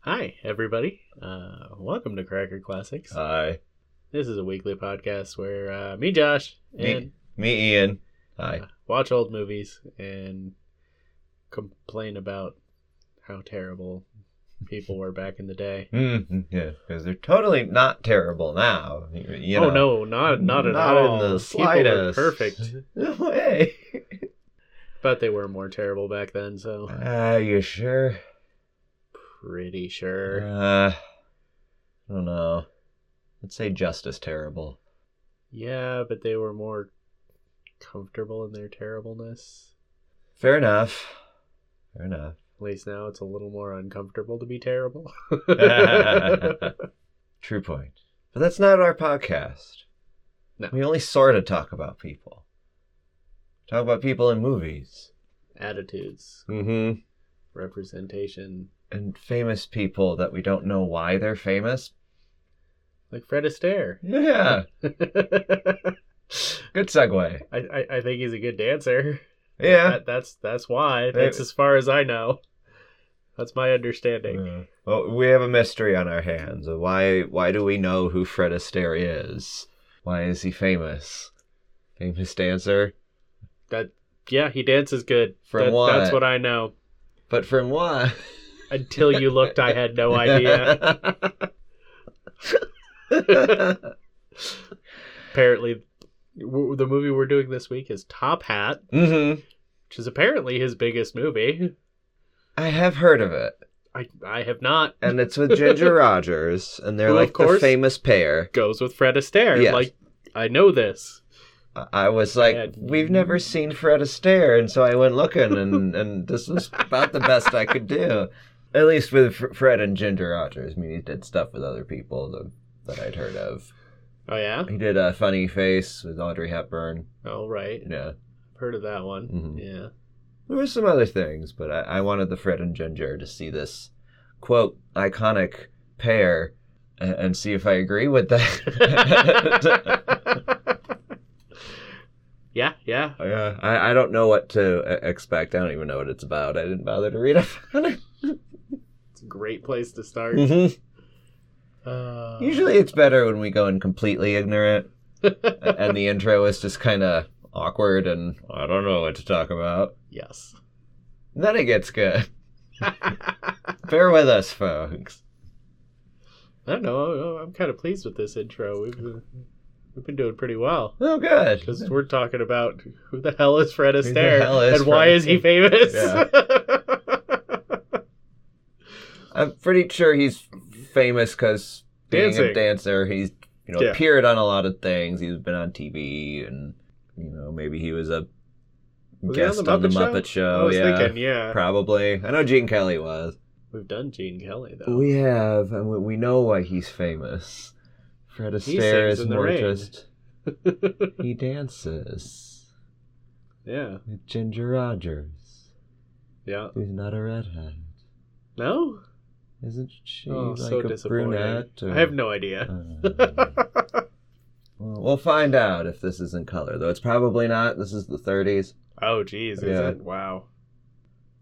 Hi, everybody. Uh, welcome to Cracker Classics. Hi. this is a weekly podcast where uh, me, Josh, Me. and Me, Ian. Hi. uh, watch old movies and complain about how terrible people were back in the day. Mm, yeah, because they're totally not terrible now. You, you oh know. no, not not at Not all. in the People were slightest. perfect, No way. but they were more terrible back then. So Ah, you sure? pretty sure. Uh, I don't know. Let's say just as terrible. Yeah, but they were more comfortable in their terribleness. Fair enough. Fair enough. At least now it's a little more uncomfortable to be terrible. True point. But that's not our podcast. No. We only sort of talk about people. Talk about people in movies. Attitudes, Mm-hmm. representation. and famous people that we don't know why they're famous. Like Fred Astaire. Yeah, good segue. I, I, I think he's a good dancer. Yeah. That, that's that's why. That's as far as I know. That's my understanding. Yeah. Well, we have a mystery on our hands. of Why? Why do we know who Fred Astaire is? Why is he famous? Famous dancer, That yeah, he dances good. From That- what? That's what I know. but from what? Until you looked, I had no idea. apparently, w- the movie we're doing this week is Top Hat, mm-hmm. which is apparently his biggest movie. I have heard of it, I I have not. and it's with Ginger Rogers, and they're Who, of like the course- famous pair. Goes with Fred Astaire. Yes. Like I know this. I- I was like, Had- we've never seen Fred Astaire, and so I went looking, and, and this was about the best I could do. At least with Fr- Fred and Ginger Rogers. I mean, he did stuff with other people that, that I'd heard of. Oh yeah. He did a funny face with Audrey Hepburn. All right. Yeah, I've heard of that one. Mhm. Yeah. there were some other things, but I, I wanted the Fred and Ginger to see this quote iconic pair and, and see if I agree with that. yeah, yeah. Yeah, I, I don't know what to e- expect. I don't even know what it's about. I didn't bother to read up on it. It's a great place to start. Mhm. Uh, Usually it's better when we go in completely ignorant a- and the intro is just kind of awkward and I don't know what to talk about. yes. And then it gets good. Bear with us, folks. I don't know. I- I'm kind of pleased with this intro. We've uh, we've been doing pretty well Oh, good. because we're talking about who the hell is Fred the Astaire hell is and why Fred is he famous? Yeah. I'm pretty sure he's famous because being Dancing. a dancer, he's you know Yeah. appeared on a lot of things. He's been on TV and you know maybe he was a Was he guest on the Muppet, Show. I was yeah, thinking, yeah. probably. I know Gene Kelly was. We've done Gene Kelly though. We have, and we- we know why he's famous. Fred He Astaire sings is in the more rain. just he dances yeah, with Ginger Rogers, yeah. who's not a redhead. No, Isn't she oh, like so a disappointing. brunette? Or... I have no idea. Uh, Well, we'll find out if this is in color, though it's probably not. This is the 30s. Oh, geez, is Yeah. it? Wow.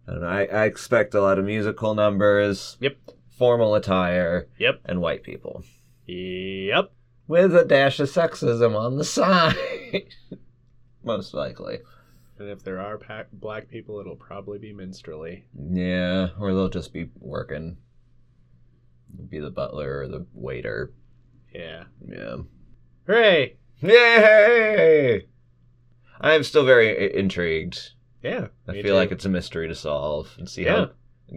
I don't know. I, I expect a lot of musical numbers. Yep. Formal attire. Yep. And white people. Yep. With a dash of sexism on the side. Most likely. And if there are pa- black people, it'll probably be minstrelly. Yeah, or they'll just be working. Be the butler or the waiter. Yeah. Yeah. Hooray! Yay! I'm still very i- intrigued. Yeah. I me feel too. like it's a mystery to solve and see how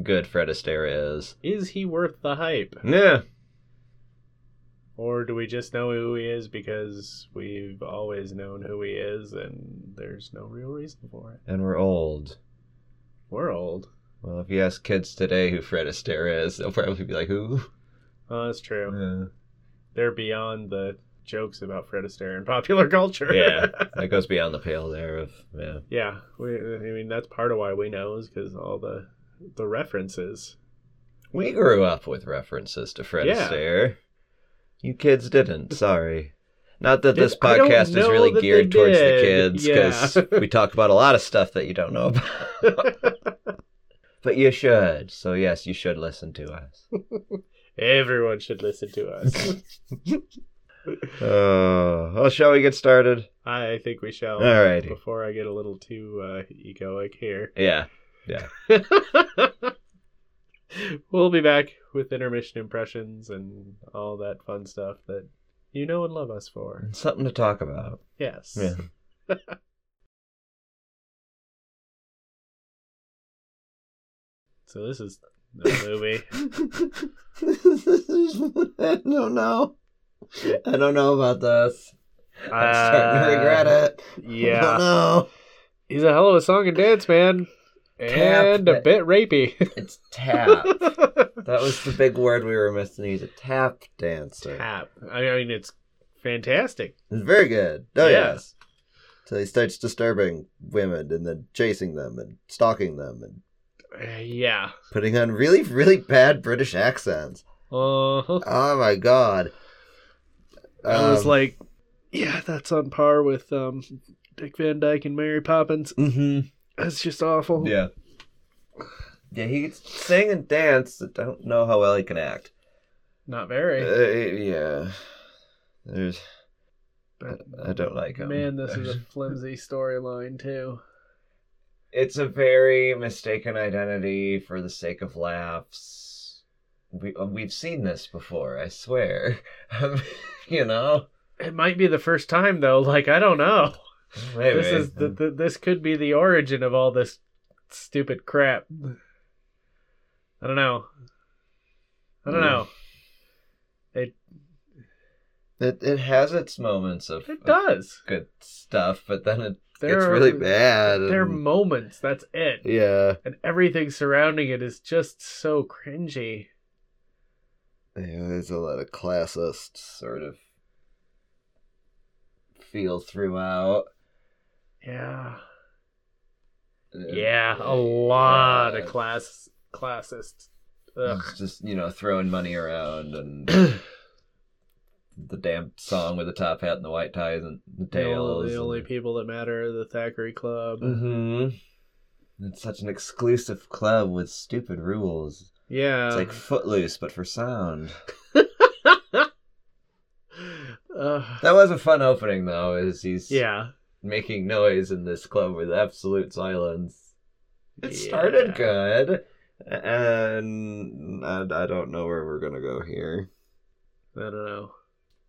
good Fred Astaire is. Is he worth the hype? Yeah. Or do we just know who he is because we've always known who he is and there's no real reason for it? And we're old. We're old. Well, if you ask kids today who Fred Astaire is, they'll probably be like, who? Oh, that's true. Yeah. They're beyond the jokes about Fred Astaire in popular culture. Yeah. That goes beyond the pale there of, yeah. yeah. We, I mean, that's part of why we know is because all the the references. We grew up with references to Fred Yeah. Astaire. You kids didn't, sorry. Not that this Did- I don't podcast is know really that they geared towards the did. kids, because Yeah. we talk about a lot of stuff that you don't know about. But you should. So yes, you should listen to us. Everyone should listen to us. Uh, well, shall we get started? I think we shall. Alrighty. Before I get a little too uh, egoic here, Yeah. we'll be back with intermission impressions and all that fun stuff that you know and love us for. Something to talk about. Yes. Yeah. So this is the movie. I don't know. I don't know about this. I'm starting to Uh, regret it. I don't Yeah. know. He's a hell of a song and dance man. Tap And a that- bit rapey. It's tap. that was the big word we were missing. He's a tap dancer. Tap. I mean, it's fantastic. It's very good. Oh Yeah. yes. So he starts disturbing women and then chasing them and stalking them and Uh, yeah. putting on really, really bad British accents. Uh-huh. Oh my god. I was Um, like, yeah, that's on par with um, Dick Van Dyke and Mary Poppins. mhm. That's just awful. Yeah. Yeah, he can sing and dance. I don't know how well he can act. Not very. Uh, yeah. There's but I don't like him. man, this is a flimsy storyline too. it's a very mistaken identity for the sake of laughs. We uh, we've seen this before, I swear. you know, It might be the first time though. Like I don't know. maybe This is the, the, this could be the origin of all this stupid crap. I don't know. I don't Yeah. know. it, it has its moments of, It of does. good stuff, but then it There gets are, really bad. There are and- moments. That's it. yeah, And everything surrounding it is just so cringy. yeah, there's a lot of classist sort of feel throughout. Yeah. Yeah, a lot of class classist. Ugh. It's just you know throwing money around and the damn song with the top hat and the white ties and the The tails. only, the only people that matter are the Thackeray Club. Mm-hmm. It's such an exclusive club with stupid rules. Yeah. It's like Footloose, but for sound. Ugh. That was a fun opening, though. Is he's Uh, yeah. making noise in this club with absolute silence. It Yeah. started good, and I, I don't know where we're gonna go here. I don't know.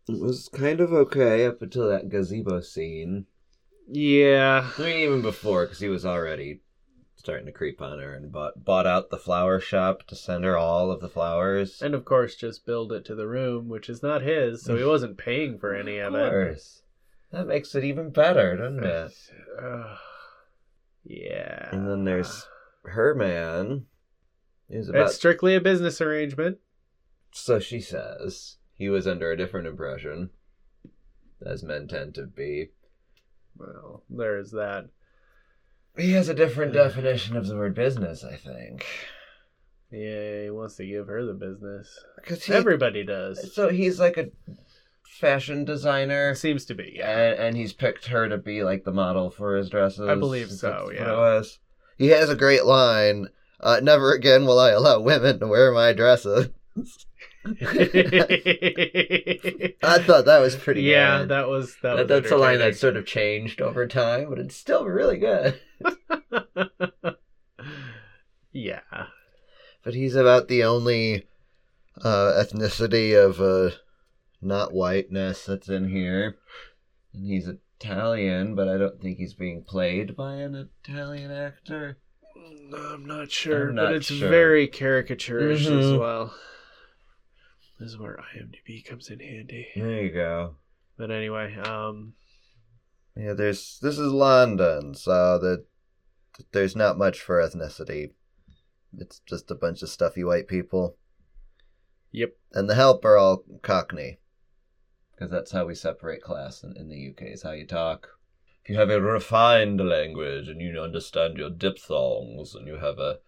It was kind of okay up until that gazebo scene. Yeah. I mean, even before, because he was already starting to creep on her and bought bought out the flower shop to send her all of the flowers. And of course, just build it to the room, which is not his, so he wasn't paying for any of, Mm. Of it. course. That makes it even better, doesn't it? Ugh. yeah. And then there's her man. Is about It's strictly a business arrangement. so she says he was under a different impression, as men tend to be. Well, there's that. He has a different definition of the word business, I think. Yeah, he wants to give her the business. Because he, Everybody does. so he's like a fashion designer. Seems to be. Yeah. and, and he's picked her to be like the model for his dresses. I believe so, That's what it yeah. was. He has a great line. Uh, Never again will I allow women to wear my dresses. I thought that was pretty. yeah, good. that was that. was That- that's a line that entertaining. sort of changed over time, but it's still really good. yeah. But he's about the only uh, ethnicity of uh, not whiteness that's in here, and he's Italian, but I don't think he's being played by an Italian actor. I'm not sure, I'm but not it's sure. very caricaturish as Mhm. well. This is where IMDb comes in handy. There you go. But anyway, um, Yeah, there's this is London, so that there's not much for ethnicity. It's just a bunch of stuffy white people, yep, and the help are all Cockney. Because that's how we separate class in, in the UK. Is how you talk. If you have a refined language and you understand your diphthongs and you have a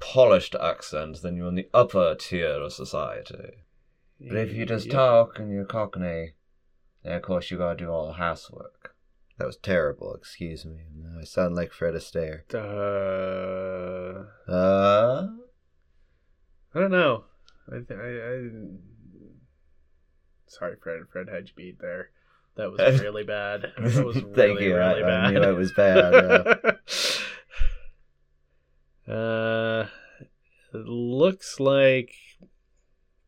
polished accent, then you're in the upper tier of society. But if you just yep. talk and you're Cockney, then of course you gotta do all the housework. That was terrible. Excuse me. Now I sound like Fred Astaire. Uh, Uh, I don't know. I, th- I, I sorry, Fred. Fred had you beat there. That was really bad. That was really, thank you. I- really I, bad. knew it was bad. yeah. uh, it looks like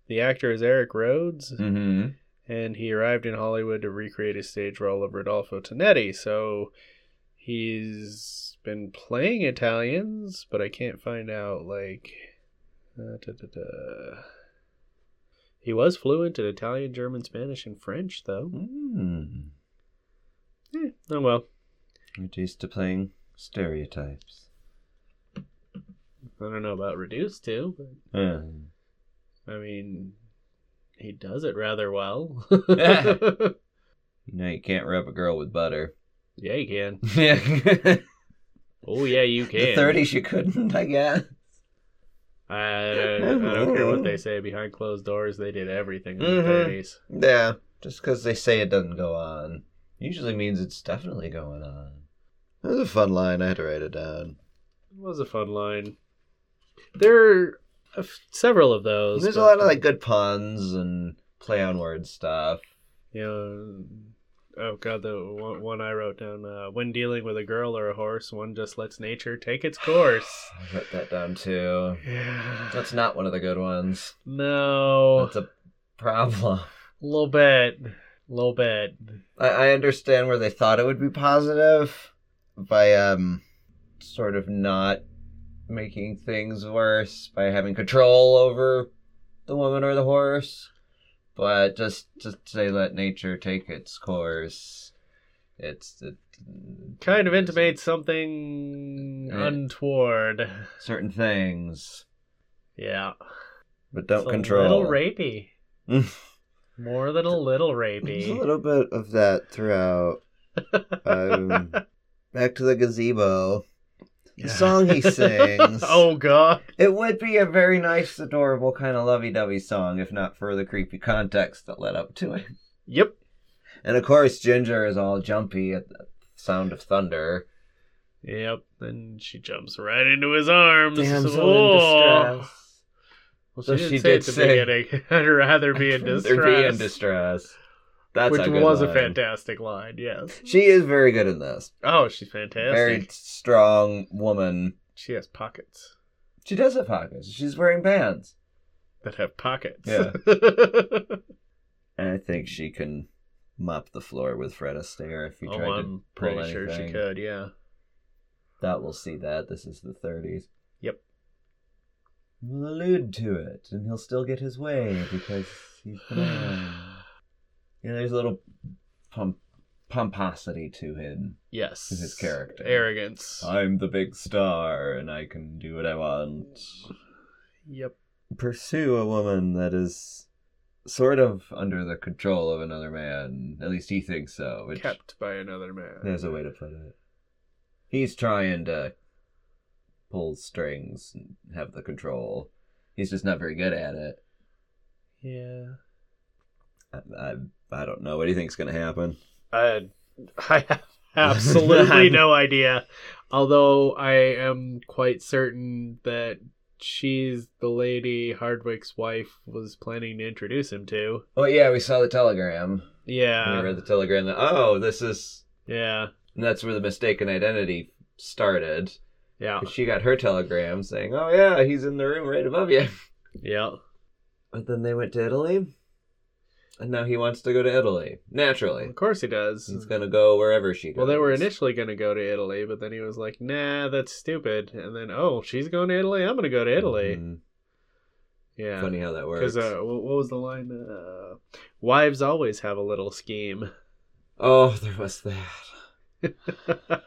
the actor is Eric Rhodes, Mhm. and he arrived in Hollywood to recreate his stage role of Rodolfo Tonetti. So he's been playing Italians, but I can't find out like. uh, da, da, da. He was fluent in Italian, German, Spanish, and French, though. Mm. Eh, oh well, Reduced to playing stereotypes. I don't know about reduced to, but Uh, I mean, he does it rather well. you know you can't rub a girl with butter. yeah, you can. Yeah. Oh, yeah, you the can. thirties you couldn't, I guess. I, I don't care what they say. Behind closed doors, they did everything in Mhm. the 30s. Yeah, just because they say it doesn't go on usually means it's definitely going on. That was a fun line. I had to write it down. It was a fun line. There are a f- several of those. There's a but, lot of like good puns and play on word stuff. You know, oh, God, the one, one I wrote down. Uh, when dealing with a girl or a horse, one just lets nature take its course. I wrote that down too. Yeah. That's not one of the good ones. No. That's a problem. little bit. little bit. I, I understand where they thought it would be positive by um sort of not making things worse by having control over the woman or the horse. But just just say let nature take its course. It's it, Kind of intimates something Right. untoward. certain things, Yeah. but don't It's a control. little rapey. More than a little There's a rapey. little bit of that throughout. Um, back to the gazebo. The song he sings. oh, God. It would be a very nice, adorable kind of lovey-dovey song if not for the creepy context that led up to it. Yep. And of course, Ginger is all jumpy at the sound of thunder. Yep. And she jumps right into his arms. Damsel in distress. Well, So she, she did say did at the say- beginning, I'd rather be in distress. They're being in distress. That's which a good was a line. fantastic line, yes. She is very good in this. Oh, she's fantastic. Very strong woman. She has pockets She does have pockets. She's wearing bands. that have pockets. Yeah. And I think she can mop the floor with Fred Astaire if you oh, tried to I'm pull pretty sure she anything. could, yeah. That we'll see that. This is the 30s. Yep. We'll allude to it, and he'll still get his way because he's the man. yeah, there's a little pom- pomposity to him. yes. His character. Arrogance. I'm the big star, and I can do what I want. yep. Pursue a woman that is sort of under the control of another man. At least he thinks so. Which Kept by another man. there's a way to put it. He's trying to pull strings and have the control. He's just not very good at it. Yeah. I, I, I don't know. What do you think's going to happen? Uh, I have absolutely no idea. Although I am quite certain that she's the lady Hardwick's wife was planning to introduce him to. Oh yeah, we saw the telegram. we Yeah. read the telegram. That, oh, this is. Yeah. And that's where the mistaken identity started. Yeah. She got her telegram saying, "Oh yeah, he's in the room right above you." Yeah. But then they went to Italy, and now he wants to go to Italy. Naturally, Of course he does. he's gonna go wherever she goes. Well, they were initially going to go to Italy, but then he was like, nah, that's stupid. And then, oh, she's going to Italy? I'm going to go to Italy. Mhm. Yeah. Mm-hmm. Funny how that works. Because uh, wh- what was the line? Uh, Wives always have a little scheme. oh, there was that.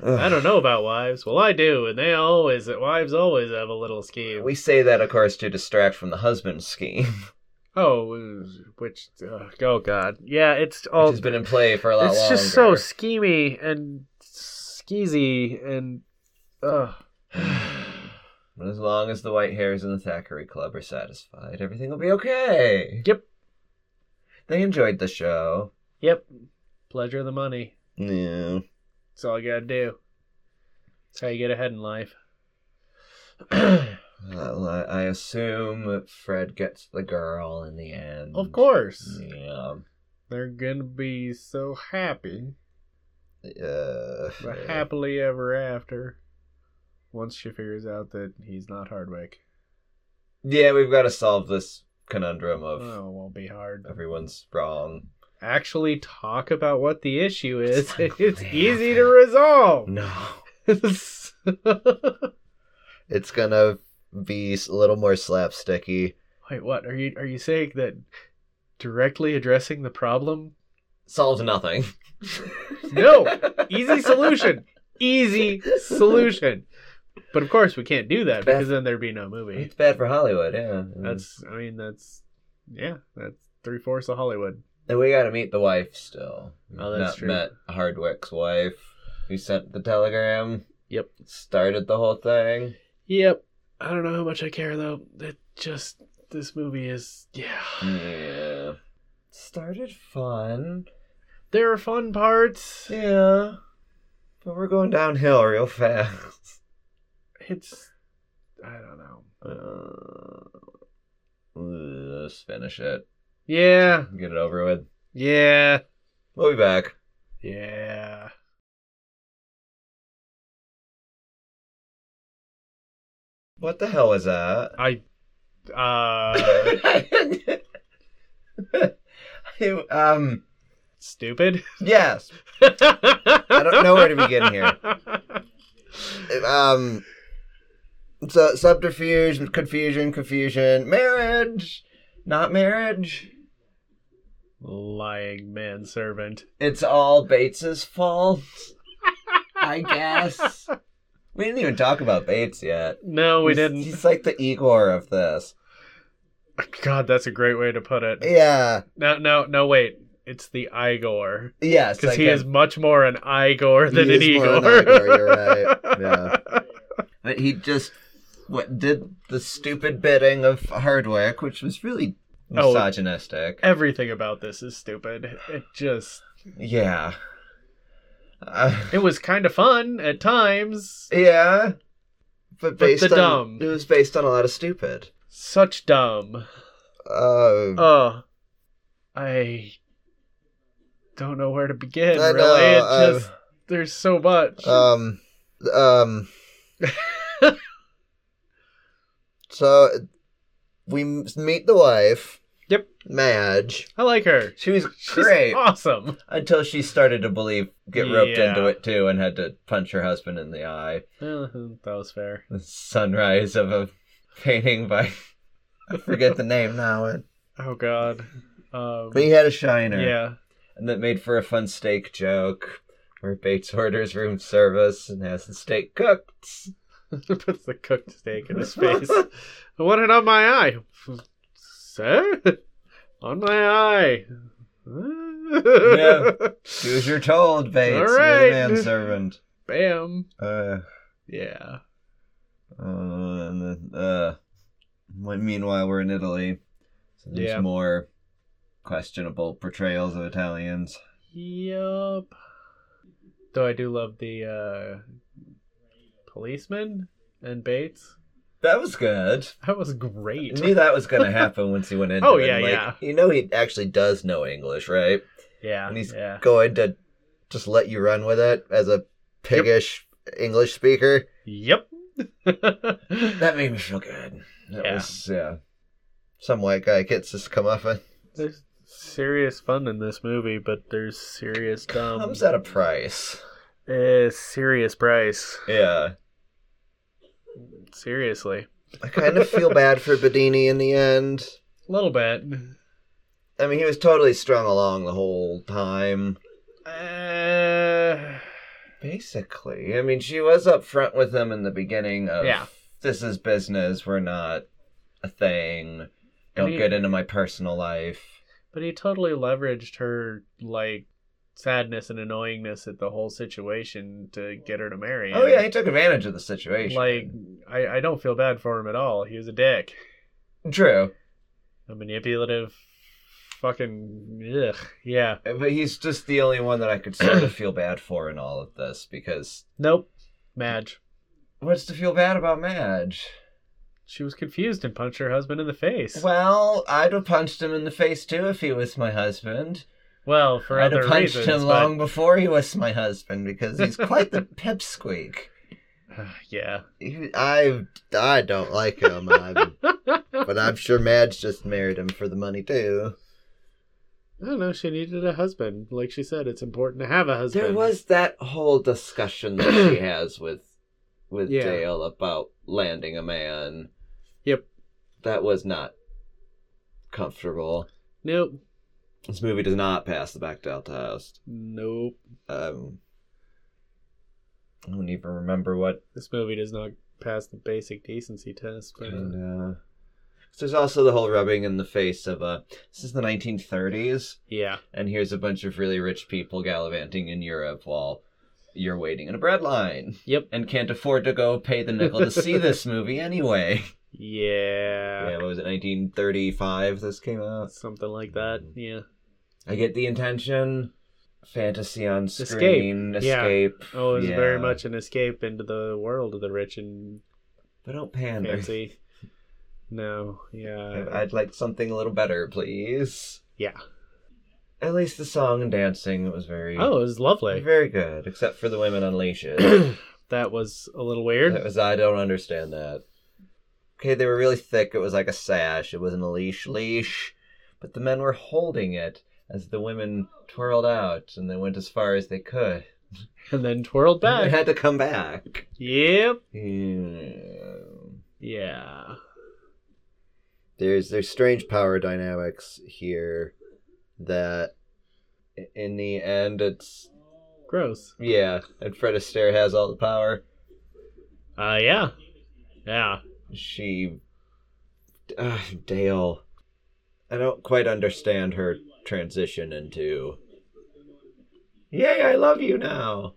I don't know about wives. Well, I do, and they always wives always have a little scheme. We say that, of course, to distract from the husband scheme. oh, which uh, oh god, yeah, it's all which has been in play for a lot it's longer. just so schemy and skeezy and uh, But as long as the white hairs in the Thackeray Club are satisfied, everything will be okay. Yep. They enjoyed the show. yep, pleasure the money. Yeah. That's all you gotta do. That's how you get ahead in life. well, I, I assume that Fred gets the girl in the end. Of course. Yeah. They're gonna be so happy. Uh, But happily ever after. Once she figures out that he's not Hardwick. yeah, we've got to solve this conundrum of Oh, it won't be hard. everyone's wrong. Actually talk about what the issue is. It's not It's gonna easy to happen. resolve. No. Wait, It's going to be a little more slapsticky. what? Are you are you saying that directly addressing the problem? Solves nothing. No. Easy solution. Easy solution. But of course we can't do that because then there'd be no movie. It's bad for Hollywood, yeah. That's I mean that's yeah, that's three fourths of Hollywood. And we gotta meet the wife still. Oh, that's Not true. met Hardwick's wife, who sent the telegram. Yep. Started the whole thing. Yep. I don't know how much I care though. It just this movie is yeah. Yeah. Started fun. There are fun parts. Yeah. But we're going downhill real fast. It's I don't know. Uh, let's finish it. Yeah. Get it over with. Yeah. We'll be back. Yeah. What the hell was that? I uh I, um. stupid. Yes. I don't know where to begin here. um so subterfuge confusion confusion marriage not marriage Lying manservant. it's all bates's fault i guess we didn't even talk about bates yet No, we He's- didn't. he's like the igor of this God, that's a great way to put it. yeah No, no, no, wait. It's the Igor. yes Because I he can- is much more an Igor than He an is Igor. more an Igor, you're right. Yeah. but he just what did the stupid bidding of hardwick which was really Oh. misogynistic Everything about this is stupid. It just. yeah Uh, It was kind of fun at times. Yeah, but the based on dumb. it was based on a lot of stupid. Such dumb. Uh, Oh. I. Don't know where to begin, I really. know, uh, it just. There's so much. um, um. so we m- meet the wife. Yep. Madge. I like her. She was She's great awesome. until she started to believe, get roped Yeah. into it too, and had to punch her husband in the eye. Uh, that was fair. The sunrise of a painting by I forget the name now, Oh, God. Um, but he had a shiner. yeah. and that made for a fun steak joke where Bates orders room service and has the steak cooked. Puts the cooked steak in his face. I want it on my eye. Sir? On my eye. Yeah. Do as you're told, Bates. All You're right. the manservant. Bam. Uh, Yeah. uh, and then, uh, when- meanwhile, we're in Italy. So there's Yeah. more questionable portrayals of Italians. Yup. Though I do love the uh, policeman and Bates. That was good. That was I great. knew that was going to happen once he went into Oh, it. yeah, Like, yeah. You know he actually does know English, right? Yeah. And he's- Yeah. Going to just let you run with it as a piggish English speaker. Yep. That made me feel good. That Yeah. was yeah. Some white guy gets his comeuppance. There's serious fun in this movie, but there's serious dumb. Comes at a price. Eh, serious price. Yeah. Seriously, I kind of feel bad for Bedini in the end. a little bit. I mean, he was totally strung along the whole time. Uh, Basically, I mean, she was up front with him in the beginning of Yeah. this is business. We're not a thing. Don't he- get into my personal life. but he totally leveraged her like sadness and annoyingness at the whole situation to get her to marry. Oh him. yeah, he took advantage of the situation. like I, I don't feel bad for him at all. He was a dick, true. a manipulative fucking ugh, yeah. But he's just the only one that I could sort of feel bad for in all of this because Nope. Madge. what's to feel bad about Madge? She was confused and punched her husband in the face. Well, Well, I'd have punched him in the face too if he was my husband. for I'd other have punched reasons. him but- long before he was my husband because he's quite the pipsqueak. yeah. He- I I don't like him, I'm, but I'm sure Madge just married him for the money too. I don't know. She needed a husband. Like she said, it's important to have a husband. There was that whole discussion that she has with with Yeah. Dale about landing a man. Yep. That was not comfortable. Nope. This movie does not pass the Bechdel test. Nope. Um, I don't even remember what. This movie does not pass the basic decency test. But, And, uh, 'cause there's also the whole rubbing in the face of uh, this is the 1930s. yeah. and here's a bunch of really rich people gallivanting in Europe while you're waiting in a bread line Yep. and can't afford to go pay the nickel to see this movie anyway. Yeah. Yeah, what was it, 1935 this came out? Something like that. Mm. Yeah. I get the intention. Fantasy on Escape. screen, escape. Yeah. Oh, it's Yeah. very much an escape into the world of the rich and But don't pander. fancy. No. Yeah. I'd like something a little better, please. Yeah. At least the song and dancing was very, Oh, it was lovely. very good, except for the women on leashes. that was a little That weird. was I don't understand that. Okay, they were really thick. It was like a sash. It wasn't a leash, leash, but the men were holding it as the women twirled out and they went as far as they could. And then twirled They back. had to come back. yep. Yeah. Yeah. There's there's strange power dynamics here that i- in the end it's Gross. yeah, and Fred Astaire has all the power. Uh, yeah. Yeah. she Ugh, dale i don't quite understand her transition into yay i love you now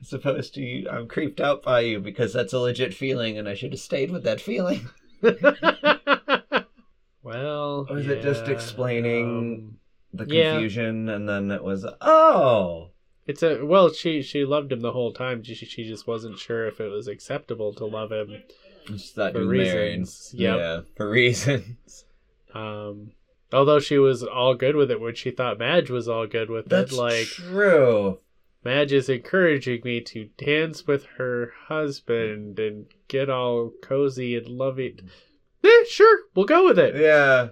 as opposed to i'm creeped out by you because that's a legit feeling and i should have stayed with that feeling well. Or is it just yeah, explaining- um, the Yeah. confusion and then it was oh it's a well. She she loved him the whole time. She she just wasn't sure if it was acceptable to love him. just that For you were married. reasons, yep. yeah for reasons Um, although she was all good with it, when she thought Madge was all good with that's it, like true Madge is encouraging me to dance with her husband and get all cozy and loving. Yeah, sure, we'll go with Eh. it. yeah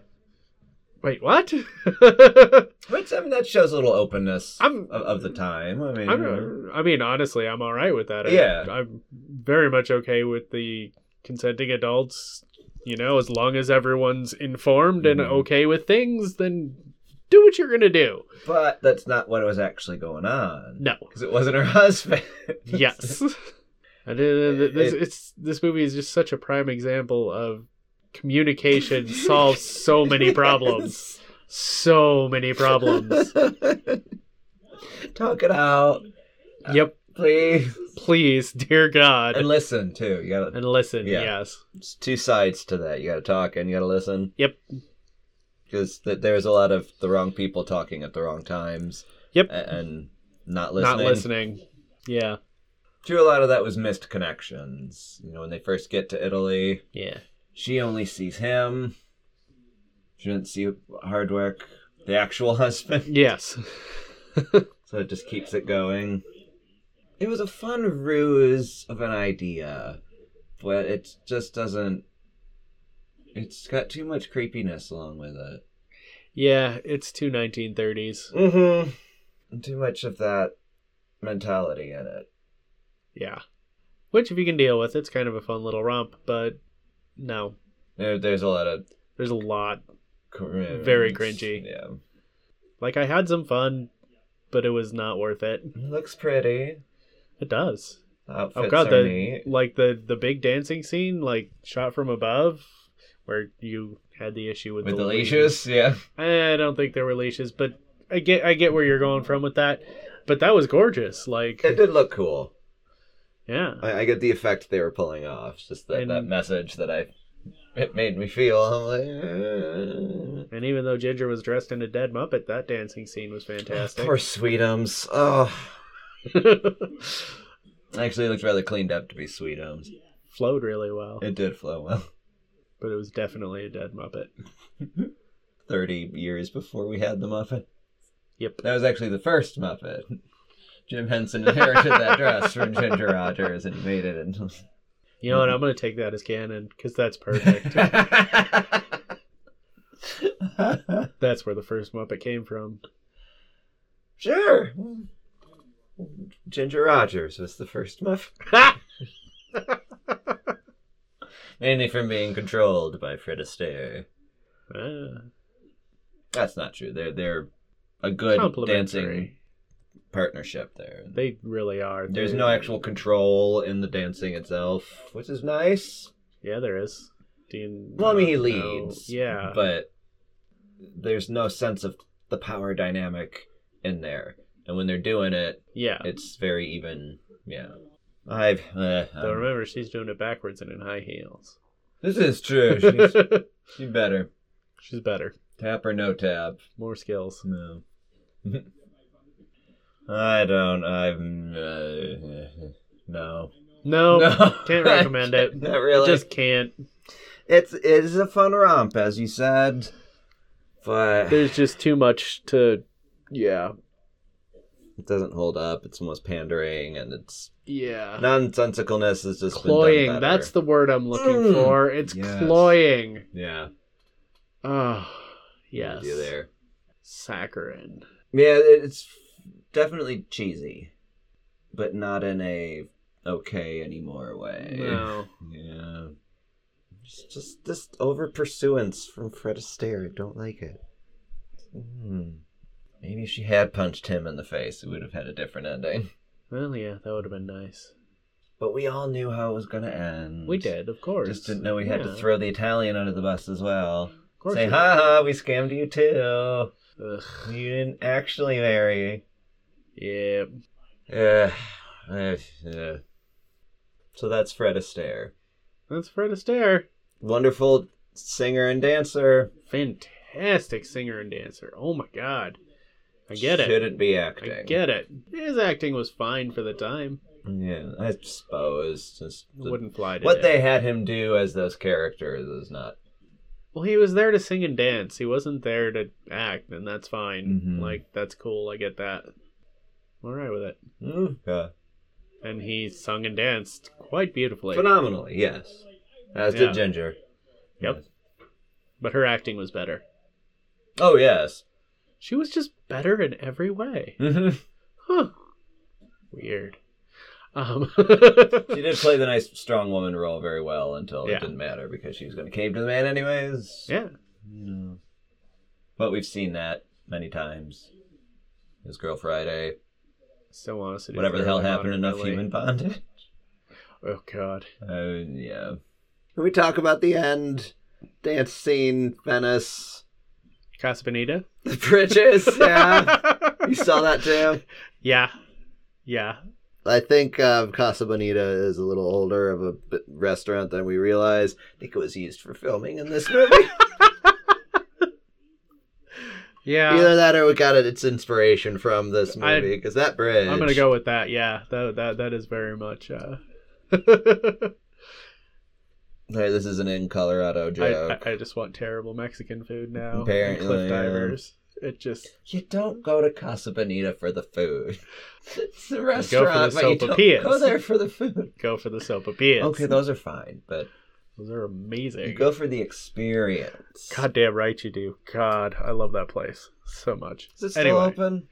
Wait, what? but I mean, that shows a little openness I'm of, of the time i mean I'm, I mean, honestly, I'm all right with that. I, uh, Yeah. I'm very much okay with the consenting adults. You know, as long as everyone's informed and Mhm. okay with things, then do what you're gonna do. But that's not what was actually going on. No, Because it wasn't her husband. yes, and then, th- this, It- it's this movie is just such a prime example of communication solves so many problems, so many problems. Talk it out, yep, please. please, dear God, And listen, too. You gotta, and listen. Yeah. Yes, it's two sides to that. You gotta talk and you gotta listen. Yep. Because th- there's a lot of the wrong people talking at the wrong times. Yep. a- And not listening. not listening. Yeah, Too, a lot of that was missed connections. You know, when they first get to Italy, yeah. She only sees him. She doesn't see Hardwick, the actual husband. Yes. So it just keeps it going. It was a fun ruse of an idea, but it just doesn't. It's got too much creepiness along with it. Yeah, it's two 1930s. Mm-hmm. Mm hmm. Too much of that mentality in it. Yeah. Which, if you can deal with, it's kind of a fun little romp, but no. There, there's a lot of. There's a lot. cr- Very cringy. Yeah. Like, I had some fun, but it was not worth it. It looks pretty. It does. Outfits Oh, God, are the- neat. Like, the, the big dancing scene, like, shot from above, where you had the issue with, With the leashes, yeah. I don't think there were leashes, but I get, I get where you're going from with that. But that was gorgeous. Like, It did look cool. yeah. I, I get the effect they were pulling off. It's Just that, that And- "Eh, message that I, it made me feel. I'm like, And And even though Ginger was dressed in a dead Muppet, that dancing scene was fantastic. Poor Sweetums. Oh. Actually, it looked rather cleaned up to be Sweetums. Flowed really well, It did flow well. but it was definitely a dead Muppet. 30 years before we had the Muppet. Yep. That was actually the first Muppet. Jim Henson inherited that dress from Ginger Rogers and made it into. You know what? Mm-hmm. I'm going to take that as canon because that's perfect. Perfect. that's where the first Muppet came from. sure. Ginger Rogers was the first Muppet. Mainly from being controlled by Fred Astaire. Ah, That's not true. They're they're a good dancing complimentary. partnership there. They really are. There's They're- no actual control in the dancing itself, which is nice. Yeah, there is. Dean. Well, I mean, he no. leads. Yeah. But there's no sense of the power dynamic in there. And when they're doing it, yeah. it's very even. Yeah. I've. Uh, Though remember, she's doing it backwards and in high heels. this is true. She's, she better. she's better. Tap or no tap. More skills. No. I don't. I'm. Uh, no. No, no. can't recommend it. Not really. just can't. It's it is a fun romp, as you said, but There's just too much to. Yeah. it doesn't hold up. It's almost pandering, and it's Yeah. nonsensicalness is just Been cloying. done That's better. the word I'm looking Mm. for. It's Yes. cloying. yeah. Oh, I'm yes. with You there? Saccharin. Yeah, it's definitely cheesy, but not in a okay anymore way. No. Yeah. Just, just this over pursuance from Fred Astaire. I don't like it. Mm. Maybe if she had punched him in the face, it would have had a different ending. Well, yeah, that would have been nice. But we all knew how it was going to end. We did, of course. Just didn't know we had Yeah, to throw the Italian under the bus as well. Of course Say, we ha ha, we scammed you too. did. Ugh. You didn't actually marry. Yeah. Yeah. yeah. So that's Fred Astaire. That's Fred Astaire. Wonderful singer and dancer. Fantastic singer and dancer. Oh my god. I get it. Shouldn't be acting. I get it. His acting was fine for the time. Yeah, I suppose. Just It wouldn't fly today. what they had him do as those characters is not. Well, he was there to sing and dance. He wasn't there to act, and that's fine. Mhm. Like that's cool. I get that. I'm all right with it. mm, Yeah. And he sung and danced quite beautifully. Phenomenally, yes. As Yeah. did Ginger. Yep. Yes. But her acting was better. Oh, yes. She was just better in every way. hmm Huh. Weird. Um. She did play the nice, strong woman role very well until Yeah. it didn't matter because she was going to cave to the man, anyways. yeah. You know. But we've seen that many times. His Girl Friday, Still wants to do whatever the hell Fairly happened, Modern enough Family. human bondage. Oh God. Oh, yeah. Can we talk about the end? Dance scene, Venice. Casabanita. The bridges, yeah. you saw that too. yeah. Yeah. I think um, Casa Bonita is a little older of a b- restaurant than we realize. I think it was used for filming in this movie. Yeah. Either that or we got it, its inspiration from this I- movie because that bridge. I'm gonna go with that. Yeah, that that that is very much. Uh, Hey, this is an in Colorado I, joke. I, I just want terrible Mexican food now. and Apparently, cliff yeah. divers. It just You don't go to Casa Bonita for the food. It's a the restaurant, but you sopapillas. don't go there for the food. go for the sopapillas. Okay, those are fine, but those are you amazing. go for the experience. God damn right you do. God, I love that place so much. is it still anyway. open?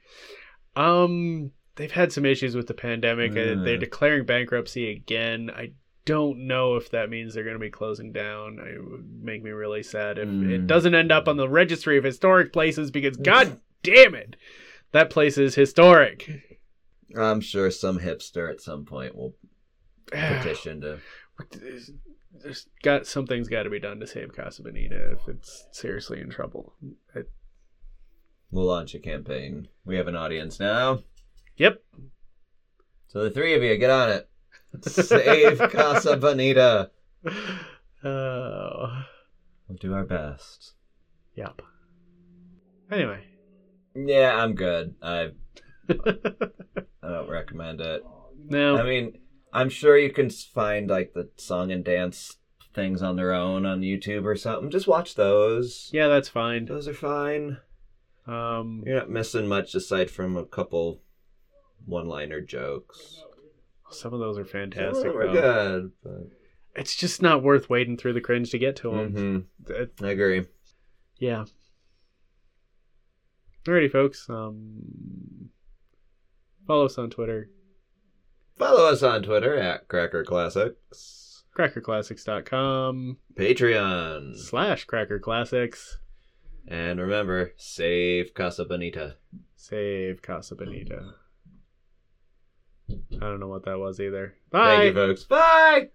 Um, they've had some issues with the pandemic. Uh, They're Mm. declaring bankruptcy again. I don't know if that means they're going to be closing down. It would make me really sad if it Mm. doesn't end up on the registry of historic places because god damn it, that place is historic. I'm sure some hipster at some point will petition to. There's- There's got something's got to be done to save Casa Bonita if it's seriously in trouble. It- We'll launch a campaign. We have an audience now. yep, So the three of you, get on it. Save Casa Bonita. Oh, Uh, We'll do our best. yep. Anyway. Yeah, I'm good. I I don't recommend it. no. I mean, I'm sure you can find like the song and dance things on their own on YouTube or something. Just watch those. yeah, that's fine. Those are fine. Um, You're not missing much aside from a couple one-liner jokes. Some of those are Some of fantastic. them are though. good. But... It's just not worth wading through the cringe to get to them. Mhm. I agree. yeah. Alrighty, folks. Um, follow us on Twitter, Follow us on Twitter at Cracker Classics, crackerclassics.com Patreon, slash crackerclassics. and remember, save Casa Bonita. Save Casa Bonita. I don't know what that was either. Thank Bye. you, folks. Bye.